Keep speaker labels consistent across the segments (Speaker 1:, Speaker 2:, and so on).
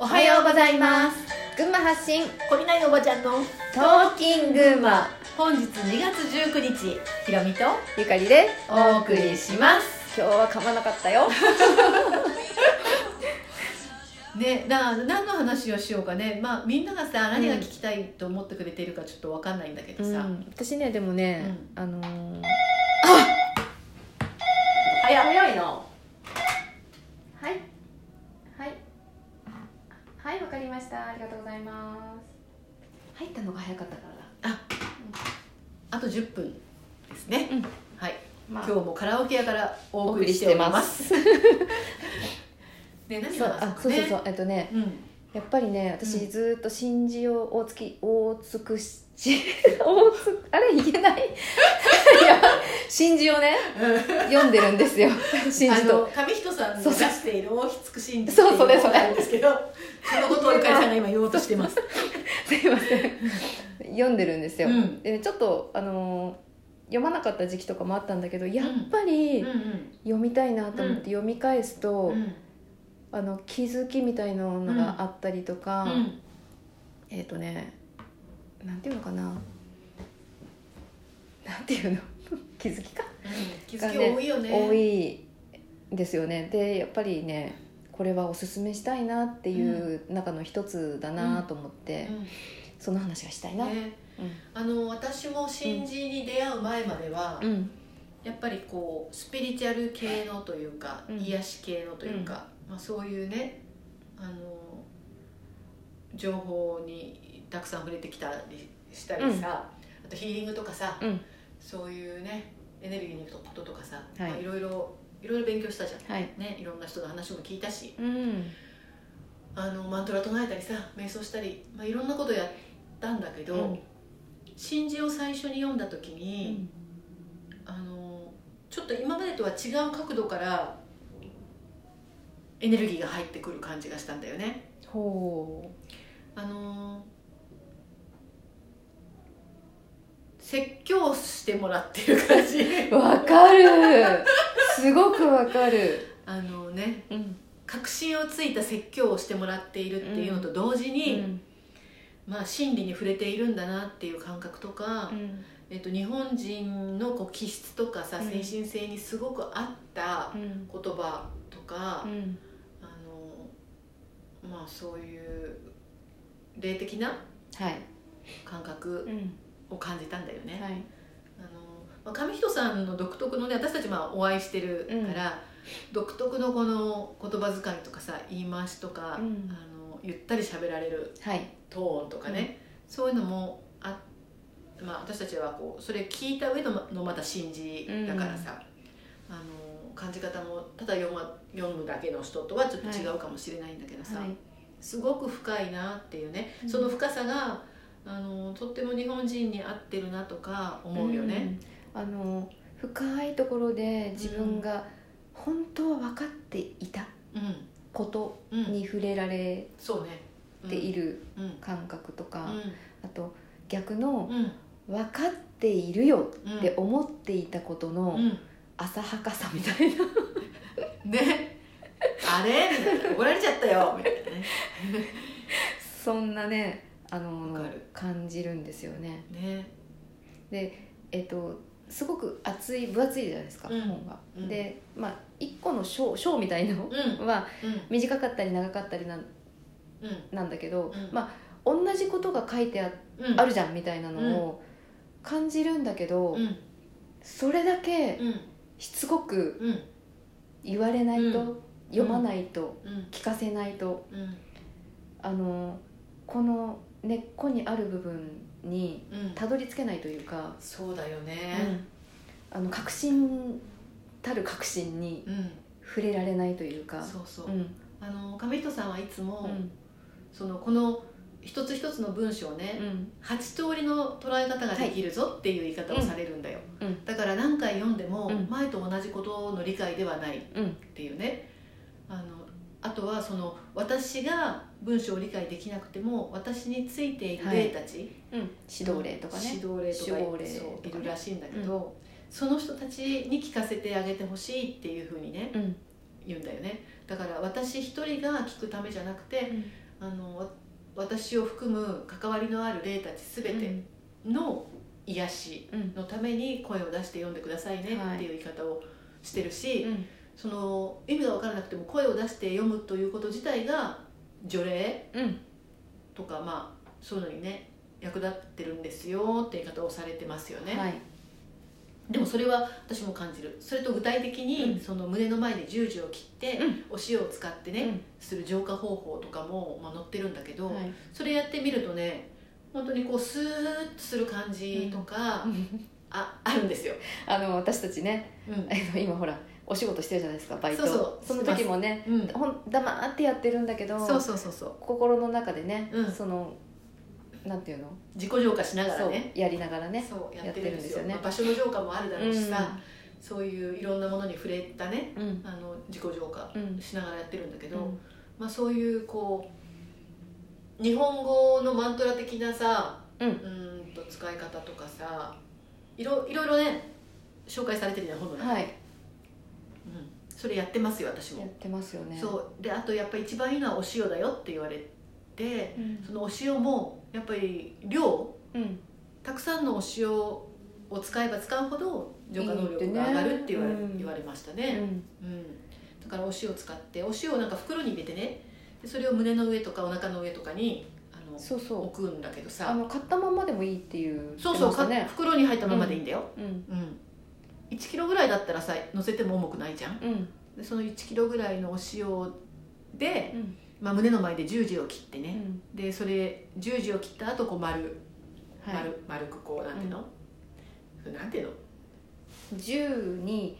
Speaker 1: おはようございます
Speaker 2: 群馬発信
Speaker 1: こりないのおばちゃんの
Speaker 2: トーキングマ
Speaker 1: 本日2月19日ひろみと
Speaker 2: ゆかりで
Speaker 1: お送りします
Speaker 2: 今日は噛まなかったよ
Speaker 1: ねな何の話をしようかねまあみんながさ何が聞きたいと思ってくれているかちょっとわかんないんだけどさ、
Speaker 2: うん私ねでもね、あのー
Speaker 1: 早っ
Speaker 2: 早いなはいはいはいわかりましたありがとうございます入ったのが早かったからだ
Speaker 1: あと10分ですね、
Speaker 2: うん
Speaker 1: はい
Speaker 2: ま
Speaker 1: 今
Speaker 2: あ
Speaker 1: 日もカラオケ屋からお
Speaker 2: お
Speaker 1: 送
Speaker 2: 送
Speaker 1: り
Speaker 2: り
Speaker 1: し
Speaker 2: して
Speaker 1: お
Speaker 2: て
Speaker 1: りま
Speaker 2: ますす
Speaker 1: ね何
Speaker 2: そう
Speaker 1: 話
Speaker 2: あ
Speaker 1: か
Speaker 2: そう
Speaker 1: ね
Speaker 2: そうそうえっとね
Speaker 1: うん
Speaker 2: やっぱりね
Speaker 1: う
Speaker 2: 私
Speaker 1: ん
Speaker 2: ずっと信じよう大月大つくし 大つあれ言えないいや信じをね読んでるんですよ信
Speaker 1: あ
Speaker 2: じ
Speaker 1: の
Speaker 2: と
Speaker 1: 上人さんの出
Speaker 2: そうそう
Speaker 1: している大きつく真実
Speaker 2: そうそれそれ
Speaker 1: なんですけどそのことをゆかりさんが今言おうとしてます
Speaker 2: すいません読んでるんですよ、
Speaker 1: うん
Speaker 2: でちょっとあのー読まなかった時期とかもあったんだけどやっぱり
Speaker 1: ん
Speaker 2: 読みたいなと思って読み返すと、
Speaker 1: ん
Speaker 2: あの気づきみたいなのがあったりとか、
Speaker 1: うん
Speaker 2: えっ、とねなんていうのかななんていうの 気づきか
Speaker 1: 気づき多いよね
Speaker 2: 多いですよねでやっぱりねこれはおすすめしたいなっていう中の一つだなと思って、その話がしたい
Speaker 1: うん
Speaker 2: な、
Speaker 1: ねあの私も新人に出会う前までは、
Speaker 2: うんうん
Speaker 1: やっぱりこうスピリチュアル系のというか、
Speaker 2: うん
Speaker 1: 癒し系のというか、まあ、そういうねあの情報にたくさん触れてきたりしたりさ、あとヒーリングとかさ、
Speaker 2: うん
Speaker 1: そういうねエネルギーのこととかさ、
Speaker 2: はい
Speaker 1: まあ、いろいろいろいろ勉強したじゃん、
Speaker 2: はい
Speaker 1: ね、いろんな人の話も聞いたし
Speaker 2: うん
Speaker 1: あのマントラ唱えたりさ瞑想したり、まあ、いろんなことやったんだけど、
Speaker 2: うん
Speaker 1: 真珠を最初に読んだ時に、あのちょっと今までとは違う角度からエネルギーが入ってくる感じがしたんだよね。
Speaker 2: ほ
Speaker 1: あの説教してもらってる感 じ
Speaker 2: うわかるすごくわかる、
Speaker 1: あのね
Speaker 2: うん
Speaker 1: 確信をついた説教をしてもらっているっていうのと同時に、まあ、真理に触れているんだなっていう感覚とか、
Speaker 2: うん
Speaker 1: えっと、日本人のこう気質とかさ
Speaker 2: う
Speaker 1: 精
Speaker 2: ん
Speaker 1: 神性にすごく合った
Speaker 2: うん
Speaker 1: 言葉とか、
Speaker 2: うん
Speaker 1: あのまあそういう霊的な
Speaker 2: はい、
Speaker 1: 感覚
Speaker 2: うん
Speaker 1: を感じたんだよね、
Speaker 2: はい
Speaker 1: あのまあ、上人さんの独特のね私たちまあお会いしてるから、独特のこの言葉遣いとかさ言い回しとか、
Speaker 2: うん
Speaker 1: あのゆったり喋られる
Speaker 2: はい
Speaker 1: トーンとかね、そういうのもあまあ私たちはこうそれ聞いた上のまのまた信じだからさ、あの感じ方もただ読,、ま、読むだけの人とはちょっと違うかもしれないんだけどさ、
Speaker 2: はい
Speaker 1: すごく深いなっていうね、
Speaker 2: うん
Speaker 1: その深さがあのとっても日本人に合ってるなとか思うよね。
Speaker 2: うん、あの深いところで自分が本当は分かっていた
Speaker 1: うん、
Speaker 2: こと
Speaker 1: うん
Speaker 2: に触れられ
Speaker 1: そうね。
Speaker 2: ている
Speaker 1: うん、
Speaker 2: 感覚とか、
Speaker 1: う
Speaker 2: あと逆の
Speaker 1: ん、うん、
Speaker 2: 分かっているよ
Speaker 1: うん、
Speaker 2: って思っていたことの
Speaker 1: う
Speaker 2: 浅はかさみたいな、
Speaker 1: ん、ね、あれみたいな怒られちゃったよみたいなね。
Speaker 2: そんなねあの
Speaker 1: わかる
Speaker 2: 感じるんですよね。
Speaker 1: ね、
Speaker 2: えっとすごく厚い分厚いじゃないですか、
Speaker 1: うん
Speaker 2: 本が。
Speaker 1: うん
Speaker 2: でまあ一個の章章みたい
Speaker 1: う
Speaker 2: の
Speaker 1: ん、うん、
Speaker 2: は短かったり長かったりなん
Speaker 1: うん、
Speaker 2: なんだけど、
Speaker 1: うん
Speaker 2: まあ同じことが書いてあ
Speaker 1: うん、
Speaker 2: あるじゃんみたいなのを感じるんだけど、
Speaker 1: うん、
Speaker 2: それだけ
Speaker 1: うん、
Speaker 2: しつこく
Speaker 1: うん、
Speaker 2: 言われないと、
Speaker 1: う
Speaker 2: 読まないと、
Speaker 1: うん、
Speaker 2: 聞かせないと
Speaker 1: うん、
Speaker 2: あのこの根っこにある部分に
Speaker 1: うん、
Speaker 2: たどり着けないというか、
Speaker 1: そうだよ
Speaker 2: う
Speaker 1: ね。
Speaker 2: んあの確信たる確信に
Speaker 1: うん、
Speaker 2: 触れられないというか。
Speaker 1: そうそう
Speaker 2: う。ん
Speaker 1: あの亀人さんはいつ
Speaker 2: う
Speaker 1: も
Speaker 2: ん
Speaker 1: そのこの一つ一つの文章をね、
Speaker 2: うん
Speaker 1: 8通りの捉え方ができるぞっていう言い方をされるんだよ、
Speaker 2: うんうん
Speaker 1: だから何回読んでも
Speaker 2: うん
Speaker 1: 前と同じことの理解ではないっ
Speaker 2: うん
Speaker 1: ていうねあのあとはその私が文章を理解できなくても私についている
Speaker 2: はい
Speaker 1: 霊たち、
Speaker 2: うん指導例とかね
Speaker 1: 指導霊とか
Speaker 2: 守護霊
Speaker 1: そう
Speaker 2: とかね
Speaker 1: いるらしいんだけど、その人たちに聞かせてあげてほしいっていうふうにね
Speaker 2: うん
Speaker 1: 言うんだよねだから私一人が聞くためじゃなくてあのわ私を含む関わりのある霊たち全ての癒し
Speaker 2: うんうん
Speaker 1: のために声を出して読んでくださいね
Speaker 2: はい
Speaker 1: っていう言い方をしてるし、
Speaker 2: うん
Speaker 1: その意味が分からなくても声を出して読むということ自体が除霊
Speaker 2: うん
Speaker 1: とか、まあ、そういうのにね役立ってるんですよって言い方をされてますよね、
Speaker 2: はい
Speaker 1: でもそれは私も感じるそれと具体的に、
Speaker 2: うん
Speaker 1: その胸の前で十字を切って、
Speaker 2: うん
Speaker 1: お塩を使ってね、
Speaker 2: うん
Speaker 1: する浄化方法とかも、まあ、載ってるんだけど、
Speaker 2: はい
Speaker 1: それやってみるとね本当にこうスーッとする感じとか、ああるんですよ、
Speaker 2: あの私たちね
Speaker 1: うん
Speaker 2: えっと今ほらお仕事してるじゃないですかバイト
Speaker 1: そうそう
Speaker 2: その時もね
Speaker 1: うん、
Speaker 2: ほん黙ってやってるんだけど
Speaker 1: そうそうそうそう
Speaker 2: 心の中でね、
Speaker 1: うん
Speaker 2: そのなんていうの
Speaker 1: 自己浄化しながら
Speaker 2: そう
Speaker 1: ね
Speaker 2: やりながらね
Speaker 1: そうやってるんですよ
Speaker 2: やってるんですよね
Speaker 1: まあ、場所の浄化もあるだろうしさ、
Speaker 2: う
Speaker 1: そういういろんなものに触れたね
Speaker 2: んうん
Speaker 1: あの自己浄化
Speaker 2: うん
Speaker 1: しながらやってるんだけ
Speaker 2: う
Speaker 1: ど、
Speaker 2: ん
Speaker 1: まあ、そういうこう日本語のマントラ的なさ、
Speaker 2: うん
Speaker 1: ーんと使い方とかさいろいろいろね紹介されてるじゃん本の中で、
Speaker 2: はい
Speaker 1: うん、それやってますよ私
Speaker 2: やっ
Speaker 1: も、
Speaker 2: てますよね
Speaker 1: そうであとやっぱ一番いいのはお塩だよって言われて
Speaker 2: うん
Speaker 1: そのお塩もやっぱり量
Speaker 2: うん
Speaker 1: たくさんのお塩を使えば使うほど浄化能力が上がるって言われ,、
Speaker 2: いいってねうん
Speaker 1: 言われました
Speaker 2: う
Speaker 1: ね、
Speaker 2: ん
Speaker 1: うんだからお塩を使ってお塩をなんか袋に入れてねでそれを胸の上とかお腹の上とかにあの
Speaker 2: そうそう
Speaker 1: 置くんだけど
Speaker 2: あ
Speaker 1: さ
Speaker 2: の買ったまんまでもいいっていう
Speaker 1: そうそう、
Speaker 2: 言ってま
Speaker 1: か袋に入ったままでいいんだよ、
Speaker 2: したねうん
Speaker 1: うん1キロぐらいだったらさ乗せても重くないじゃん
Speaker 2: うん
Speaker 1: でその1キロぐらいのお塩で、
Speaker 2: うん
Speaker 1: まあ、胸の前で十字を切って
Speaker 2: う
Speaker 1: ね、
Speaker 2: ん
Speaker 1: でそれ十字を切った後こう丸
Speaker 2: は
Speaker 1: 丸丸くこうなんていうの、それなんていうの
Speaker 2: い十に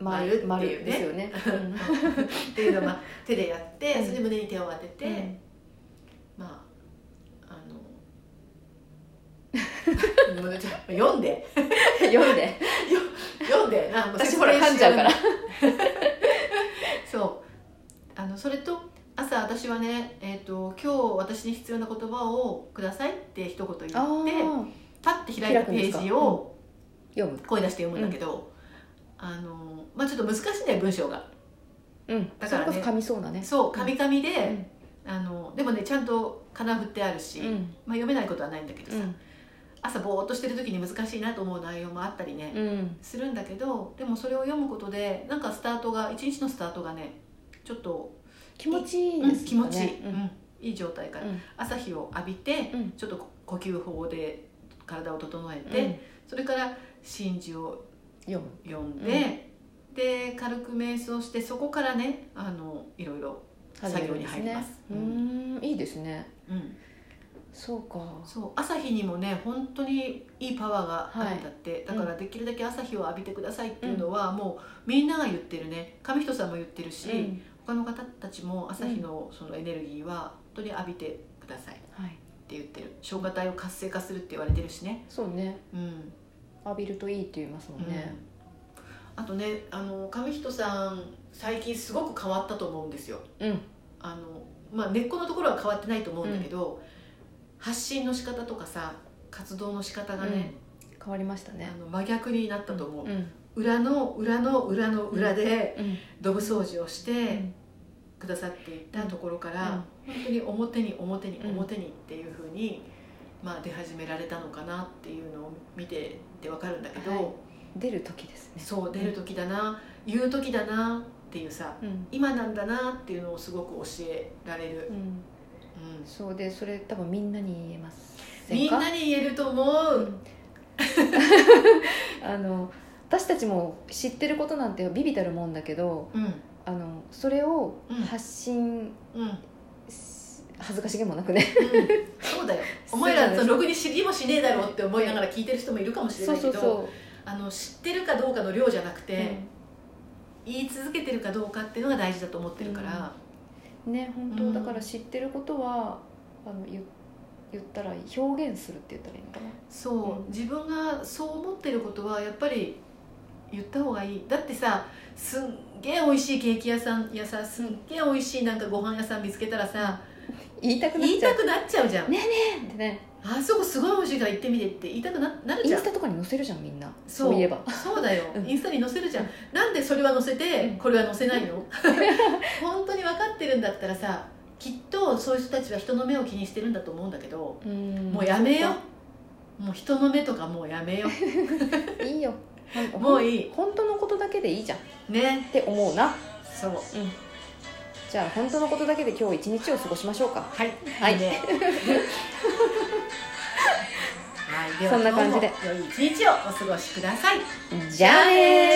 Speaker 1: 丸っていうね
Speaker 2: 丸ですよ ねうん
Speaker 1: っていうのを、まあ、手でやって、
Speaker 2: うん
Speaker 1: それで胸に手を当てて、
Speaker 2: うん
Speaker 1: まあ あのもうちょっと読んで
Speaker 2: 読 ん で
Speaker 1: 読んでなもう
Speaker 2: 私
Speaker 1: 説
Speaker 2: ほら
Speaker 1: 明
Speaker 2: 噛ん
Speaker 1: し
Speaker 2: じゃう
Speaker 1: よ
Speaker 2: から
Speaker 1: そうあのそれと朝私はね、えーと「今日私に必要な言葉をください」って一言
Speaker 2: あ
Speaker 1: 言って
Speaker 2: ー
Speaker 1: パッて開いたページを
Speaker 2: 読む
Speaker 1: 声出して読むんだけど、あのまあ、ちょっと難しいね文章が。
Speaker 2: うん
Speaker 1: だ
Speaker 2: そ
Speaker 1: から
Speaker 2: れ
Speaker 1: ね
Speaker 2: こそ噛みそうなね
Speaker 1: そうカミカミで、あのでもねちゃんと仮名振ってあるし、
Speaker 2: うん
Speaker 1: まあ、読めないことはないんだけど
Speaker 2: う
Speaker 1: さ、
Speaker 2: ん
Speaker 1: 朝ぼーっとしてる時に難しいなと思う内容もあったりね、
Speaker 2: うん
Speaker 1: するんだけどでもそれを読むことでなんかスタートが一日のスタートがねちょっと、
Speaker 2: 気持ちいいで
Speaker 1: うん
Speaker 2: すよね
Speaker 1: 気持ちいい、
Speaker 2: う
Speaker 1: うん
Speaker 2: ん
Speaker 1: いい状態から、
Speaker 2: うん
Speaker 1: 朝日を浴びて、
Speaker 2: うん
Speaker 1: ちょっと呼吸法で体を整えて、
Speaker 2: で
Speaker 1: それから真珠を
Speaker 2: 読む
Speaker 1: 読んで、で軽く瞑想してそこからねあのいろいろ、作業に入ります
Speaker 2: うーんいいですね
Speaker 1: うん、
Speaker 2: そうか
Speaker 1: そう朝日にもね本当にいいパワーがあるんだって、
Speaker 2: はい
Speaker 1: だからできるだけ朝日を浴びてくださいっていうのは、もうみんなが言ってるね上人さんも言ってるし、
Speaker 2: うん
Speaker 1: 他の方たちも朝日のそのエネルギーは本当に浴びてくださいって
Speaker 2: はい
Speaker 1: 言ってる消化体を活性化するって言われてるしね
Speaker 2: そうね
Speaker 1: うん、
Speaker 2: 浴びるといいって言いますもんね
Speaker 1: うんあとねあの上人さん最近すごく変わったと思うんですよ
Speaker 2: うん
Speaker 1: あの、まあ、根っこのところは変わってないと思うんだけど、発信の仕方とかさ活動の仕方がね、
Speaker 2: うん変わりましたね
Speaker 1: あの真逆になったと思う、
Speaker 2: うん
Speaker 1: 裏の裏の裏の裏で
Speaker 2: うん
Speaker 1: ドブ掃除をし
Speaker 2: う
Speaker 1: て
Speaker 2: ん
Speaker 1: くださっていたところから、本当に表に表に
Speaker 2: うん
Speaker 1: 表にっていうふうに、まあ、出始められたのかなっていうのを見ててわかるんだけど、
Speaker 2: はい出る時ですね
Speaker 1: そう出る時だな言う時だなっていうさ
Speaker 2: うん
Speaker 1: 今なんだなっていうのをすごく教えられる
Speaker 2: う、ん
Speaker 1: うん
Speaker 2: そうでそれ多分みんなに言えます
Speaker 1: みんなに言えると思う、
Speaker 2: あの私たちも知ってることなんてビビたるもんだけど
Speaker 1: うん
Speaker 2: あのそれを
Speaker 1: うん
Speaker 2: 発信
Speaker 1: うんうん、
Speaker 2: し恥ずかしげもなくね
Speaker 1: そう だよお
Speaker 2: そう
Speaker 1: 前
Speaker 2: なん
Speaker 1: ら
Speaker 2: です
Speaker 1: そのろくに知りもしねえだろうって思いながら聞いてる人もいるかもしれ
Speaker 2: そ
Speaker 1: な
Speaker 2: う
Speaker 1: いけど
Speaker 2: そうそ
Speaker 1: あの知ってるかどうかの量じゃなく
Speaker 2: う
Speaker 1: て、言い続けてるかどうかっていうのが大事だと思ってるから、
Speaker 2: うんね本
Speaker 1: う
Speaker 2: 当
Speaker 1: ん
Speaker 2: だから知ってることはあの言言ったら表現するって言ったらいいのかな
Speaker 1: そう、
Speaker 2: うん
Speaker 1: 自分がそう思ってることはやっぱり言った方がいいだってさすんげえ美味しいケーキ屋さんやさすんげえ美味しいなんかご飯屋さん見つけたらさ
Speaker 2: 言いたくなっ
Speaker 1: 言い
Speaker 2: ちゃ
Speaker 1: た
Speaker 2: う
Speaker 1: くなっちゃうじゃん、
Speaker 2: ってね
Speaker 1: あそこすごい美味しいから行ってみてって言いたくななる
Speaker 2: イ
Speaker 1: じ
Speaker 2: ン
Speaker 1: ゃん
Speaker 2: スタとかに載せるじゃんみんな
Speaker 1: そう
Speaker 2: そういえば
Speaker 1: そうだよ、
Speaker 2: うん
Speaker 1: インスタに載せるじゃんなんでそれは載せて、
Speaker 2: う ん
Speaker 1: これは載せないの本当に分かってるんだったらさきっとそういう人たちは人の目を気にしてるんだと思うんだけど、
Speaker 2: うん
Speaker 1: もうやめようもう人の目とかもうやめよ
Speaker 2: ういいよ
Speaker 1: うもういい
Speaker 2: 本当のことだけでいいじゃんっ
Speaker 1: ね
Speaker 2: て思うな
Speaker 1: そう
Speaker 2: じゃあ本当のことだけで今日一日を過ごしましょうか
Speaker 1: はい
Speaker 2: はい
Speaker 1: い ねはいでは
Speaker 2: そんな感じで
Speaker 1: 今日も良い一日をお過ごしください
Speaker 2: じゃあねー